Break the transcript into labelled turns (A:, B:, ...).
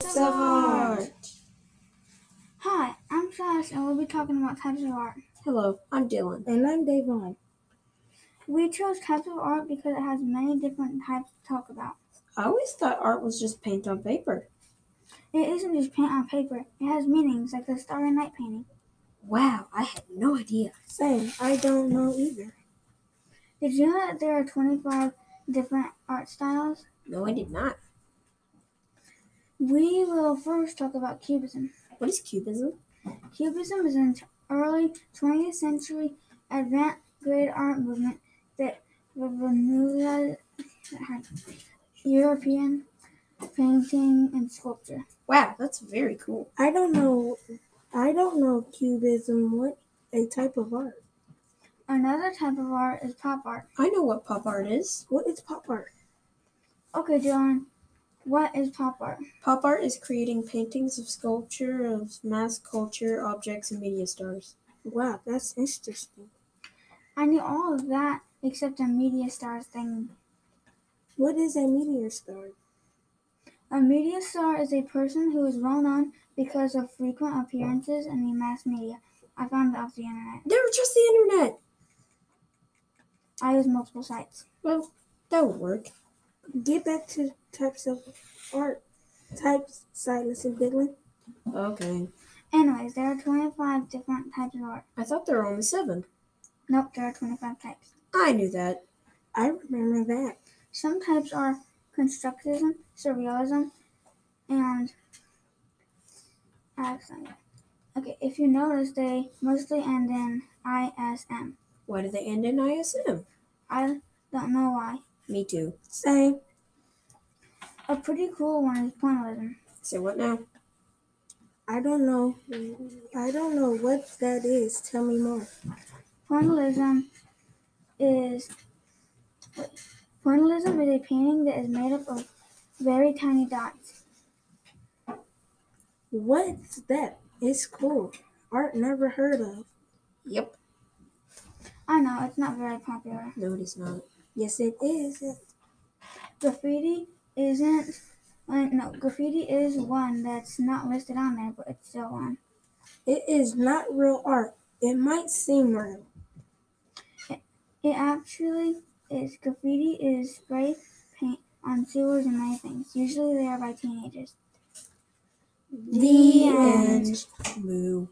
A: Types of art.
B: Hi, I'm Josh, and we'll be talking about types of art.
A: Hello, I'm Dylan.
C: And I'm Davon.
B: We chose types of art because it has many different types to talk about.
A: I always thought art was just paint on paper.
B: It isn't just paint on paper, it has meanings like the starry night painting.
A: Wow, I had no idea.
C: Same. I don't know either.
B: Did you know that there are 25 different art styles?
A: No, I did not.
B: We will first talk about Cubism.
A: What is cubism?
B: Cubism is an early 20th century avant garde art movement that revolutionized European painting and sculpture.
A: Wow, that's very cool.
C: I don't know. I don't know cubism. What a type of art.
B: Another type of art is pop art.
A: I know what pop art is.
C: What is pop art?
B: Okay, Dylan, what is pop art?
A: Pop art is creating paintings of sculpture of mass culture, objects, and media stars.
C: Wow, that's interesting.
B: I knew all of that except a media stars thing.
C: What is a meteor star?
B: A media star is a person who is well known because of frequent appearances in the mass media. I found it off the internet.
A: They were just the internet.
B: I use multiple sites.
A: Well, that would work.
C: Get back to types of art. Types, Silas and Dylan.
A: Okay.
B: Anyways, there are 25 different types of art.
A: I thought there were only seven.
B: Nope, there are 25 types.
A: I knew that.
C: I remember that.
B: Some types are constructivism, surrealism, and accent. Okay, if you notice, they mostly end in ISM.
A: Why do they end in ISM?
B: I don't know why.
A: Me too.
C: Same.
B: A pretty cool one is pointillism.
A: Say what now?
C: I don't know. I don't know what that is. Tell me more.
B: Pointillism is wait, pointillism is a painting that is made up of very tiny dots.
C: What's that? It's cool. Art never heard of.
A: Yep.
B: I know it's not very popular.
A: No, it is not.
C: Yes, it is.
B: Graffiti isn't. Uh, no, graffiti is one that's not listed on there, but it's still one.
C: It is not real art. It might seem real.
B: It actually is. Graffiti is spray paint on sewers and many things. Usually they are by teenagers.
A: The end. Moo.